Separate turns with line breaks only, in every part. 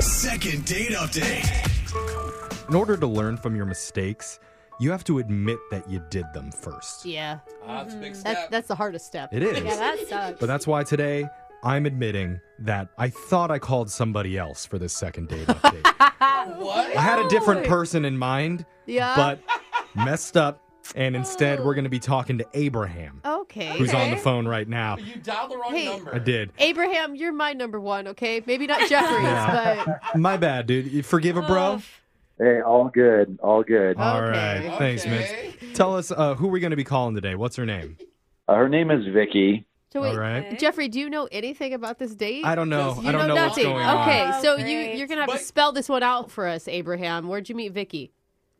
Second date update.
In order to learn from your mistakes, you have to admit that you did them first.
Yeah,
Ah, it's a
Mm-hmm.
big step.
that's that's the hardest step.
It is.
Yeah, that sucks.
But that's why today I'm admitting that I thought I called somebody else for this second date update.
what?
I had a different person in mind,
Yeah. Oh.
but messed up. And instead, we're going to be talking to Abraham,
okay.
who's on the phone right now.
You dialed the wrong
Hey.
number.
I did.
Abraham, you're my number one. Okay, maybe not Jeffrey's,
Yeah.
but
My bad, dude. You forgive a bro?
Hey, all good, all good.
All right.
Oh, Okay.
Thanks, Mitch.
Okay.
Tell us uh, who we're going to be calling today. What's her name?
Uh, her name is Vicky.
so wait, uh,
All right.
Jeffrey, do you know anything about this date?
I don't know.
You
I don't know what's
nothing.
going on.
okay,
on.
so
Oh,
you
great.
you're gonna have
But-
to spell this one out for us, Abraham. Where'd you meet Vicky?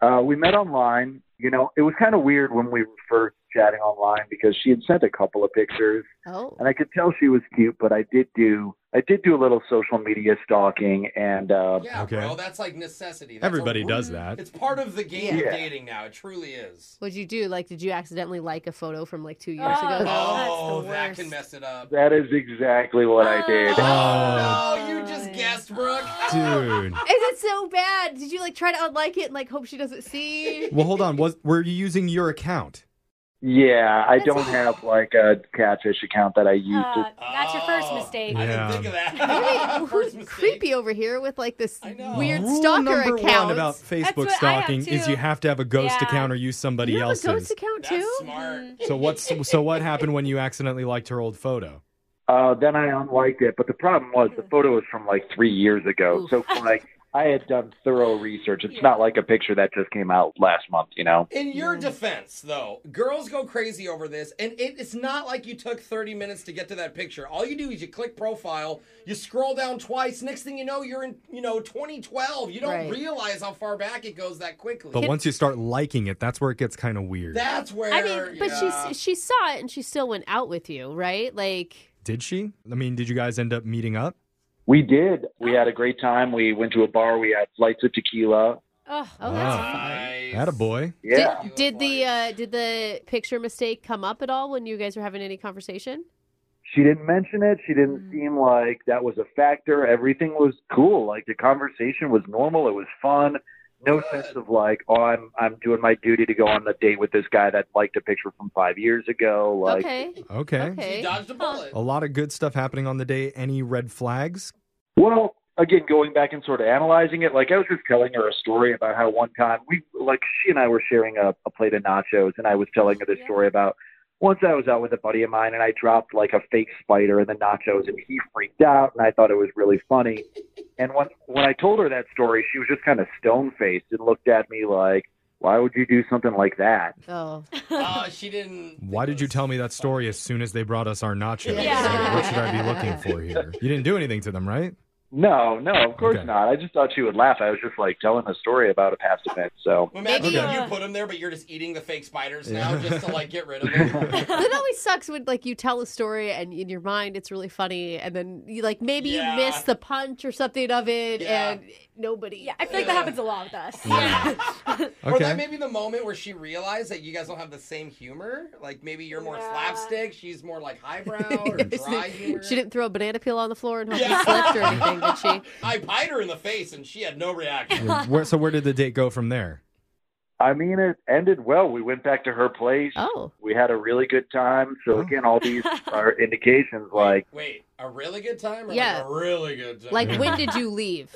Uh, we met online. You know, it was kind of weird when we were first chatting online because she had sent a couple of pictures,
Oh,
and I could tell she was cute. But I did do, I did do a little social media stalking, and uh,
Yeah,
Okay.
bro, that's like necessity. That's
Everybody
a rule.
does that.
It's part of the game
Yeah.
of dating now. It truly is.
what'd you do? Like, did you accidentally like a photo from like two years
Oh,
ago?
that's
oh,
the
that
worst.
can mess it up.
that is exactly what I did.
Oh,
Oh.
no, you just guessed, Brooke.
Dude.
Is it so bad? Did you like try to unlike it and like hope she doesn't see?
Well, hold on. Was were you using your account?
Yeah, I
That's
don't
awful.
have like a catfish account that I used. to
Uh, that's your first
Oh,
mistake.
I
Yeah.
didn't think of
I
that.
mean,
First
who's
mistake.
creepy over here with like this
I know.
weird
Rule
stalker
number
account?
one about
That's what
Facebook
I have,
stalking is
too.
you have to have a ghost
Yeah.
account or use somebody
you have a
else's.
ghost account
That's
too?
smart.
So what's so what happened when you accidentally liked her old photo?
Uh, then I unliked it, but the problem was the photo was from like three years ago.
Hmm. Oof.
So like I had done thorough research. It's not like a picture that just came out last month, you know.
In your defense, though, girls go crazy over this, and it, it's not like you took 30 minutes to get to that picture. All you do is you click profile, you scroll down twice. Next thing you know, you're in, you know, 2012. You don't
Right.
realize how far back it goes that quickly.
But once you start liking it, that's where it gets kind of weird.
That's where.
I mean, but
yeah.
she she saw it and she still went out with you, right? Like,
Did she? I mean, did you guys end up meeting up?
We did. We had a great time. We went to a bar. We had flights of tequila.
oh,
Ugh.
Wow.
that's fun.
Nice.
Ah. Had a boy.
Yeah.
Did-
Did the uh, did the picture mistake come up at all when you guys were having any conversation?
She didn't mention it. She didn't seem like that was a factor. Everything was cool. Like the conversation was normal. It was fun. No sense of like, oh, I'm I'm doing my duty to go on the date with this guy that liked a picture from five years ago. Like,
okay.
Okay.
She
Okay.
dodged a bullet.
A lot of good stuff happening on the day. Any red flags?
Well, again, going back and sort of analyzing it, like I was just telling her a story about how one time we, like, she and I were sharing a, a plate of nachos, and I was telling her this story about once I was out with a buddy of mine and I dropped like a fake spider in the nachos, and he freaked out, and I thought it was really funny. And when when I told her that story, she was just kind of stone faced and looked at me like, "Why would you do something like that?"
Oh,
Uh, she didn't.
Why did you tell me that story as soon as they brought us our nachos?
Yeah.
What should I be looking for here? You didn't do anything to them, right?
No, no, of course
Okay.
not. I just thought she would laugh. I was just like telling a story about a past event, so.
Well, imagine
Maybe,
if
uh,
you put them there, but you're just eating the fake spiders
Yeah.
now just to like get rid of them.
that always sucks when like you tell a story and in your mind it's really funny, and then you like maybe
Yeah.
you miss the punch or something of it,
Yeah.
and nobody.
Yeah, I feel like that happens a lot with us.
Or that
Okay.
may be the moment where she realized that you guys don't have the same humor. Like maybe you're more
Yeah.
slapstick, she's more like highbrow or dry humor.
She didn't throw a banana peel on the floor and hope
Yeah.
you slipped or anything, did she?
I pied her in the face and she had no reaction.
Yeah, where, so where did the date go from there?
I mean, it ended well. We went back to her place.
Oh,
We had a really good time. So
Oh.
again, all these are indications. Like
wait, a really good time or
Yeah.
like a really good time?
like when did you leave?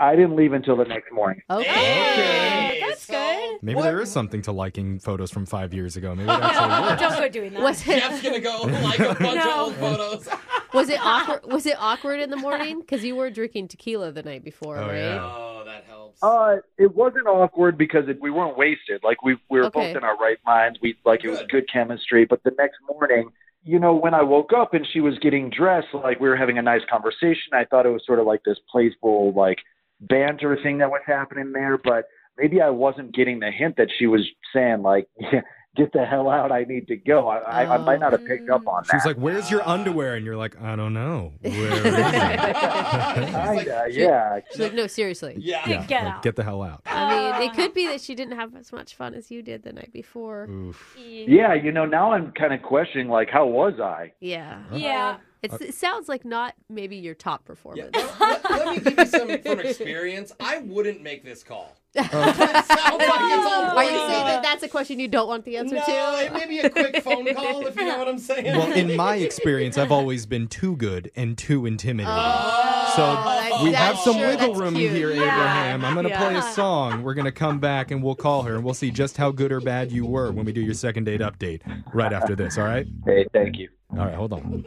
I didn't leave until the next morning.
Okay.
Hey,
That's
so-
good.
Maybe
What-
there is something to liking photos from five years ago. Maybe that's actually works.
Don't go doing that.
Was it
Jeff's gonna go like a bunch
No.
of old photos.
was it awkward? Was it awkward in the morning? Because you were drinking tequila the night before,
Oh,
right?
yeah.
Oh, that helps.
Uh, it wasn't awkward because it, we weren't wasted. Like we, we were
Okay.
both in our right minds. We like it was good chemistry. But the next morning, you know, when I woke up and she was getting dressed, like we were having a nice conversation. I thought it was sort of like this playful like banter thing that was happening there. But maybe I wasn't getting the hint that she was saying like, yeah, "Get the hell out! I need to go." I, I, I might not have picked up on that.
She was like, "Where's your underwear?" And you're like, "I don't know. Where is it?"
He's like,
Kinda, yeah.
She's like, no, seriously.
yeah.
Yeah,
Get
like,
out.
get the hell out.
I
Um,
mean, it could be that she didn't have as much fun as you did the night before.
Oof.
Yeah, you know, now I'm kind of questioning, like, how was I?
Uh-huh.
Yeah.
Yeah.
It's, it sounds like not maybe your top performance.
let, let me give you some from experience. I wouldn't make this call. That sounds like it's all
Are you
pointed
saying
out.
that that's a question you don't want the answer
No,
to?
it may be a quick phone call if you know what I'm saying.
Well, in my experience, I've always been too good and too intimidating. so
Oh,
Uh,
that's-
we have
that's
some
sure,
wiggle
that's
room
cute.
here,
Yeah.
Abraham. I'm going to play a
Yeah.
song. We're going to come back and we'll call her and we'll see just how good or bad you were when we do your second date update right after this. All right?
Hey, thank you.
All right, hold on.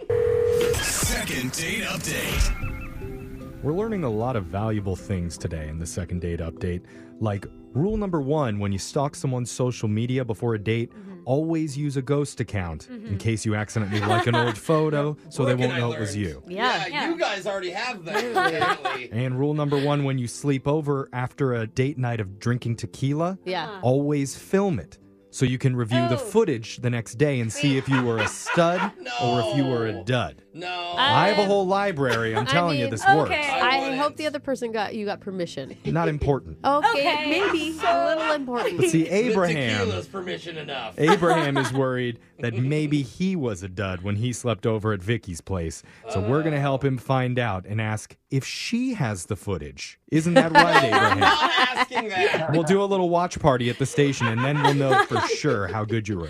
Second date update.
We're learning a lot of valuable things today in the second date update. Like rule number one when you stalk someone's social media before a date, always use a ghost account in case you accidentally like an old photo so they
Brooke and
won't
I
know it was
learned.
you.
Yeah,
Yeah.
Yeah.
you guys already have that. apparently.
And rule number one when you sleep over after a date night of drinking tequila,
Uh-huh.
Yeah.
always film it so you can review the
Oh.
footage the next day and see if you were a stud or if you were a
No.
dud.
No.
Uh,
I have a whole library. I'm telling you,
mean,
this
okay.
works.
I
I
wouldn't.
hope the other person got you got permission.
Not important.
Okay,
Okay,
maybe a little important.
But see,
The
Abraham.
tequila's permission enough.
Abraham is worried that maybe he was a dud when he slept over at Vicky's place. So we're going to help him find out and ask if she has the footage. Isn't that right, Abraham?
Not asking that.
We'll do a little watch party at the station, and then we'll know for sure how good you were.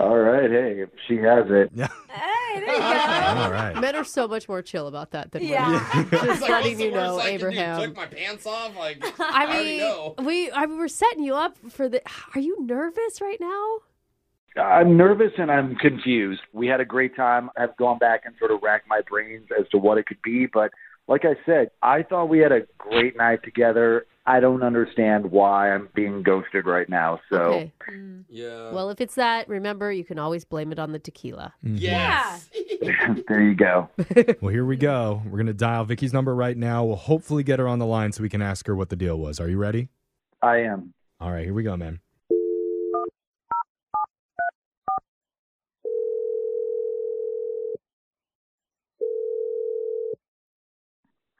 All right, hey, if she has it.
Hey, there you go.
All right.
Men are so much more chill about that than women.
Yeah.
It's
letting
like, what's the
you know,
worst I can do?
Abraham.
Took my pants off. Like,
I
I already know.
mean, we I mean, we're setting you up for the. Are you nervous right now?
I'm nervous and I'm confused. We had a great time. I've gone back and sort of racked my brains as to what it could be, but like I said, I thought we had a great night together. I don't understand why I'm being ghosted right now. So
Okay.
Mm.
Yeah.
Well, if it's that, remember you can always blame it on the tequila.
Mm-hmm.
yes.
there you go.
Well, here we go. We're going to dial Vicky's number right now. We'll hopefully get her on the line so we can ask her what the deal was. Are you ready?
I am.
All right, here we go, man.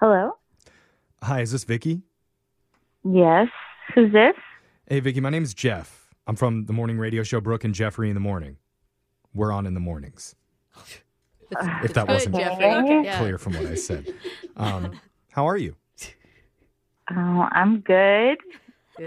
Hello?
Hi, is this Vicky?
Yes. Who's this?
Hey, Vicky, my name's Jeff. I'm from the morning radio show Brooke and Jeffrey in the Morning. We're on in the mornings, if that
Good,
wasn't
Jeffrey.
Okay.
Yeah.
clear from what I said. Um, how are you?
Oh, I'm good.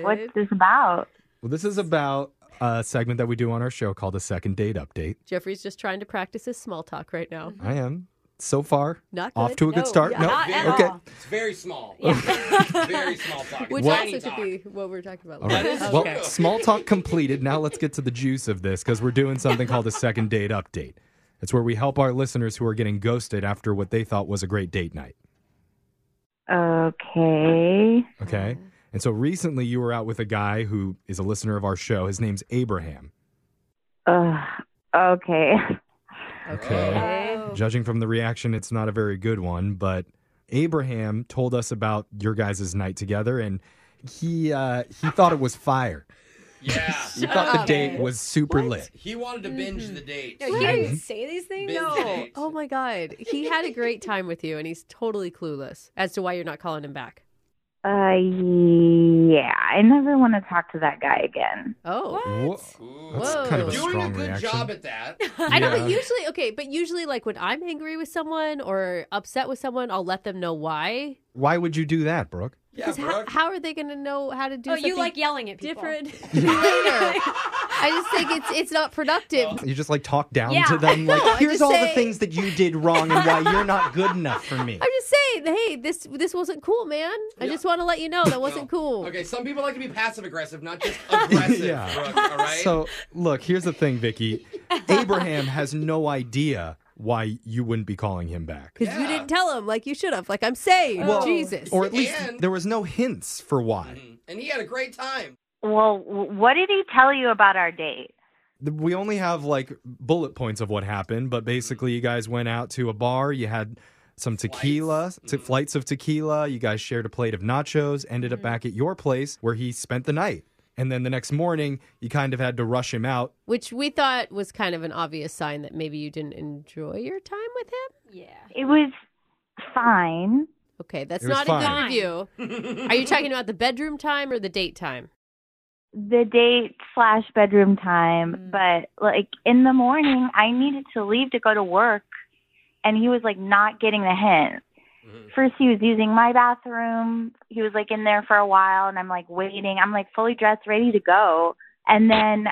What's
Good.
this about?
Well, this is about a segment that we do on our show called the Second Date Update.
Jeffrey's just trying to practice his small talk right now.
I am. So far,
Not good.
off to a good
No,
start.
yeah.
No,
Not at
okay.
all.
It's very small. very small talk.
Which
Tiny
also
talk.
could be what we're talking about.
All
later.
right.
That is
well,
true.
small talk completed. Now let's get to the juice of this because we're doing something called a second date update. It's where we help our listeners who are getting ghosted after what they thought was a great date night.
Okay.
Okay.
Oh.
And so recently you were out with a guy who is a listener of our show. His name's Abraham.
Ugh. Uh, Okay.
Okay.
Oh.
Oh.
Judging from the reaction, it's not a very good one, but Abraham told us about your guys' night together and he uh, he thought it was fire.
Yeah.
He thought the date was super lit.
He wanted to binge the date.
No, he didn't say these things.
Binge the
No.
date.
Oh my God. He had a great time with you, and he's totally clueless as to why you're not calling him back.
Uh, yeah. I never want to talk to that guy again.
Oh.
Wha-
Ooh.
That's
Whoa.
kind of a
Doing
strong
a good
reaction.
job at that.
I know,
Yeah.
but usually, okay, but usually, like when I'm angry with someone or upset with someone, I'll let them know why.
Why would you do that, Brooke?
Yeah,
ho-
Brooke.
how are they going to know how to do
Oh,
something
you like yelling at people.
different later? I just think it's it's not productive.
You just like talk down
Yeah.
to them. Like,
I
here's
just
all the
say-
things that you did wrong and why you're not good enough for me.
I'm just saying, hey, this this wasn't cool, man. I just want to let you know that wasn't cool.
Okay, some people like to be passive aggressive, not just aggressive.
Yeah.
Brooke, all right.
So, look, here's the thing, Vicky. Abraham has no idea why you wouldn't be calling him back.
Because
Yeah.
you didn't tell him like you should have. Like I'm saying,
Well,
Jesus.
Or at least
And-
there was no hints for why.
Mhm. and he had a great time.
Well, w- what did he tell you about our date?
The- We only have like bullet points of what happened, but basically, you guys went out to a bar, you had some tequila, t-
Mm-hmm.
flights of tequila, you guys shared a plate of nachos, ended
Mm-hmm.
up back at your place where he spent the night. And then the next morning, you kind of had to rush him out
Which we thought was kind of an obvious sign that maybe you didn't enjoy your time with him.
Yeah.
It was fine.
Okay, that's
It was
not
fine.
a good review. Are you talking about the bedroom time or the date time?
The date slash Mm. bedroom time, but like in the morning, I needed to leave to go to work. and he was like not getting the hint. First, he was using my bathroom. He was like in there for a while, and I'm like waiting. I'm like fully dressed, ready to go. And then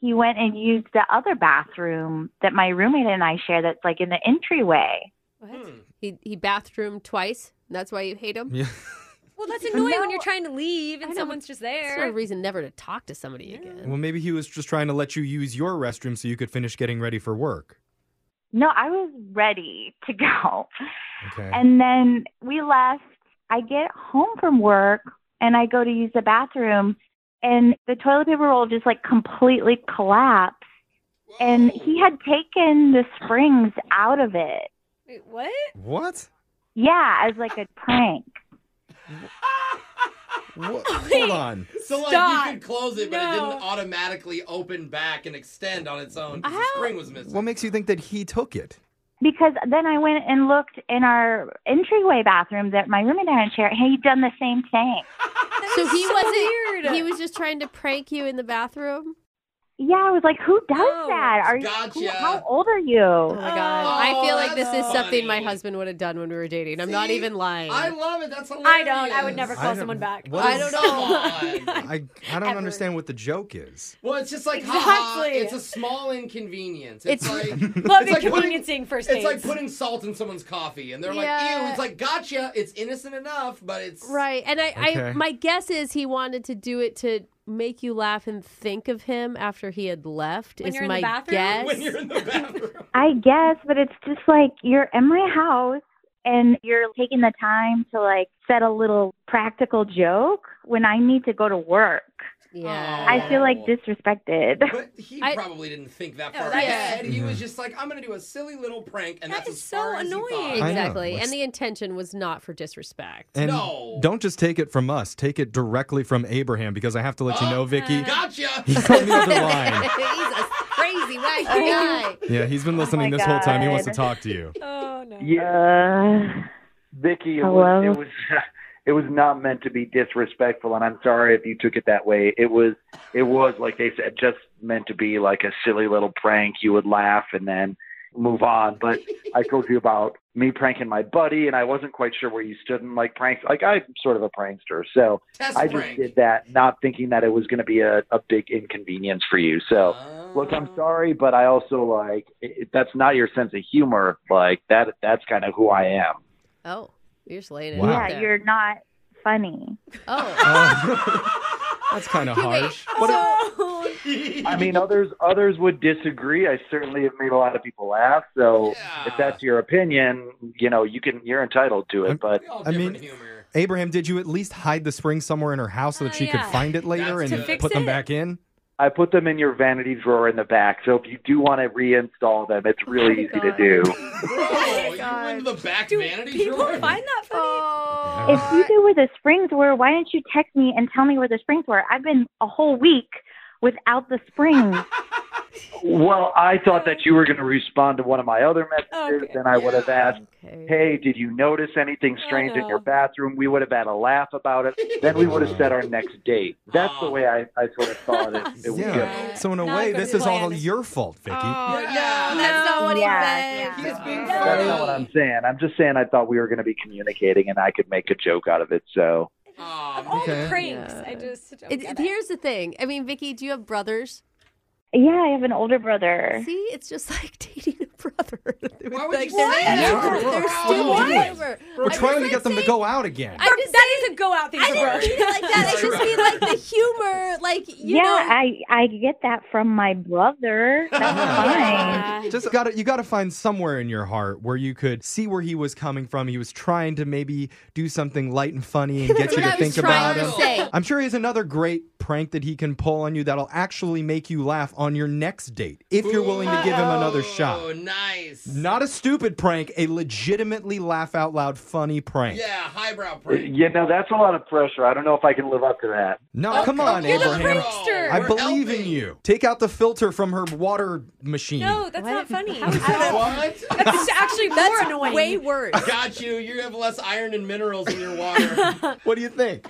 he went and used the other bathroom that my roommate and I share that's like in the entryway.
Mm-hmm.
What? He he bathroomed twice. and That's why you hate him.
Yeah.
Well, that's annoying when
No.
you're trying to leave
I
and
know,
someone's just
That's not a
there.
reason never to talk to somebody again.
Well, maybe he was just trying to let you use your restroom so you could finish getting ready for work.
No, I was ready to go.
Okay.
And then we left. I get home from work and I go to use the bathroom, and the toilet paper roll just like completely collapsed. And he had taken the springs out of it.
Wait, what?
what?
Yeah, as like a prank.
What? Hold on.
So like
Stop.
you could close it, but it
No.
didn't automatically open back and extend on its own. 'cause The
How-
spring was missing.
What makes you think that he took it?
Because then I went and looked in our entryway bathroom that my roommate and I share. Hey, he'd done the same thing.
So he
so
wasn't.
weird.
He was just trying to prank you in the bathroom.
Yeah, I was like, who does
Oh,
that? Are
gotcha.
you? who- How old are you?
Oh my god! I feel like this is
Oh, that's
something my
funny.
husband would have done when we were dating. I'm
See?
not even lying.
I love it. That's
I
hilarious.
don't. I would never
I
call
don't-
someone back.
what
I is- don't
know.
I, I don't
Ever.
understand what the joke is.
well, it's just like haha,
Exactly.
it's a small inconvenience. It's,
It's-
like
Love
it's like
inconveniencing first dates.
it's like putting salt in someone's coffee, and they're like,
Yeah.
"Ew!" It's like, "Gotcha!" It's innocent enough, but it's
Right. And I,
Okay.
I my guess is he wanted to do it to make you laugh and think of him after he had left
When
is
you're in the
my
bathroom?
guess.
when you're in the bathroom.
I guess, but it's just like you're in my house and you're taking the time to like set a little practical joke when I need to go to work.
yeah.
Oh. I feel like disrespected.
But he
I-
probably didn't think that
Yeah,
far
right.
ahead. He was just like, "I'm gonna do a silly little prank," and
That
that's
is
as
so
far as he
annoying.
thought.
I know.
Exactly.
What's-
And the intention was not for disrespect.
And
No.
don't just take it from us. Take it directly from Abraham because I have to let you know, Vicky.
Gotcha.
He's on the other line.
He's a crazy wacky guy.
Yeah, he's been listening
my
this whole time. He wants to
God.
talk to you.
oh no.
Uh,
Yeah.
Vicky, it
Hello?
was, it was it was not meant to be disrespectful, and I'm sorry if you took it that way. It was it was like they said, just meant to be like a silly little prank. You would laugh and then move on. But I told you about me pranking my buddy, and I wasn't quite sure where you stood in like pranks. Like I'm sort of a prankster, so
Test
I just
prank.
did that, not thinking that it was going to be a, a big inconvenience for you. So. Look, I'm sorry, but I also like it, that's not your sense of humor. Like that, that's kind of who I am.
Oh, you're slaying it.
Wow.
out
Yeah,
there.
you're not funny.
Oh.
Uh, That's kind of
Okay, wait.
harsh.
So,
Oh.
I mean, others others would disagree. I certainly have made a lot of people laugh. So
Yeah.
if that's your opinion, you know, you can you're entitled to
I'm-
it. But
We all
I
different
mean-
humor.
Abraham, did you at least hide the spring somewhere in her house so that
Oh,
she
yeah.
could find it later
That's
and
good.
put
Fix
them
it.
back in?
I put them in your vanity drawer in the back. So if you do want to reinstall them,
Oh
it's really easy to do.
Oh
Bro, you went to the back
do
vanity
people
drawer.
find that funny?
Oh.
If you knew where the springs were, why didn't you text me and tell me where the springs were? I've been a whole week without the springs.
Well, I thought that you were going to respond to one of my other messages,
Okay.
and I would have asked.
Okay.
Hey, did you notice anything strange in
Oh, no.
your bathroom? We would have had a laugh about it. Then we would have set our next date. That's
Oh.
the way I, I sort of thought it, it was going.
Yeah. So in a
Not a
way,
good
this is all
plan.
your fault, Vicky.
Oh,
Yeah.
no, that's not what
Yeah,
he
yeah.
He's
meant.
being
No.
That's
funny.
not what I'm saying. I'm just saying I thought we were going to be communicating and I could make a joke out of it. So
Aw,
All
man.
the
Okay.
pranks.
Yeah.
I just don't
It's,
get it.
here's the thing. I mean, Vicky, do you have brothers?
Yeah, I have an older brother.
See, it's just like dating a brother.
Why would
like,
you
they're,
say that?
they're- they're
What?
stupid.
What?
whatever.
We're
I'm
trying to
just
get them to
saying-
go out again.
I'm just
That is a go out thing
I
for
didn't mean
Brooke.
it like that. I just mean like the humor, like you
yeah,
know.
I I get that from my brother. That's fine.
Just got to you got to find somewhere in your heart where you could see where he was coming from. He was trying to maybe do something light and funny and get
That's
you to
what I was
think about
trying
him.
to say.
I'm sure he has another great prank that he can pull on you that'll actually make you laugh on your next date if you're willing to give him another
Oh,
shot.
nice.
Not a stupid prank, a legitimately laugh out loud funny prank.
Yeah, highbrow prank.
you know, that's a lot of pressure. I don't know if I can live up to that.
No, Oh, come on,
You're the
Abraham.
prank- prankster.
I
We're
believe in
helping.
you. Take out the filter from her water machine.
No, that's not funny.
What?
It's actually more
That's
annoying.
way worse.
Got you. You have less iron and minerals in your water.
What do you think?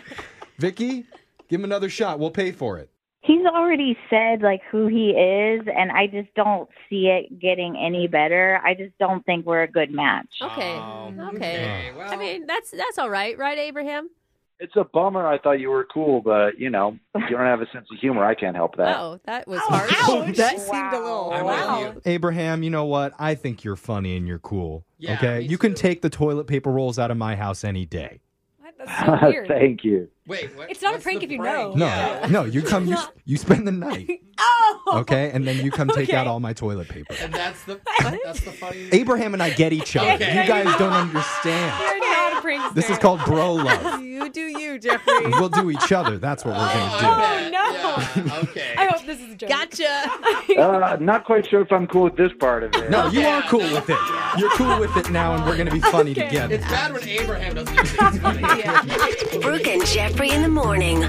Vicky, give him another shot. We'll pay for it.
he's already said like who he is, and I just don't see it getting any better. I just don't think we're a good match.
Okay.
Oh,
okay.
well,
I mean, that's that's all right, right, Abraham?
It's a bummer. I thought you were cool, but you know, you don't have a sense of humor. I can't help that.
Oh, that was
Ow,
hard.
ouch.
That
Wow.
seemed a little.
I'm with
wow.
you.
Abraham, you know what? I think you're funny and you're cool.
Yeah,
okay,
me
you can
too.
take the toilet paper rolls out of my house any day.
What? That's so Oh, weird.
Thank you.
Wait, what,
It's not a
what's
prank
the
if you
prank?
No,
know.
Yeah.
no, you come, you, you spend the night,
oh.
okay, and then you come take
Okay.
out all my toilet paper.
And that's the that's the funny.
Abraham and I get each other.
Okay.
You guys don't understand.
You're not a prankster.
This is called bro love.
You do you, Jeffrey.
We'll do each other. That's what we're
Oh, I
gonna
bet.
Oh, no.
Yeah, okay.
I hope this is a joke.
Gotcha.
Uh, not quite sure if I'm cool with this part of it.
do. No, you are cool with it. You're cool with it now, and we're gonna be funny
Okay.
together.
It's bad when Abraham doesn't do things funny.
Brooke and Jeffrey in the morning.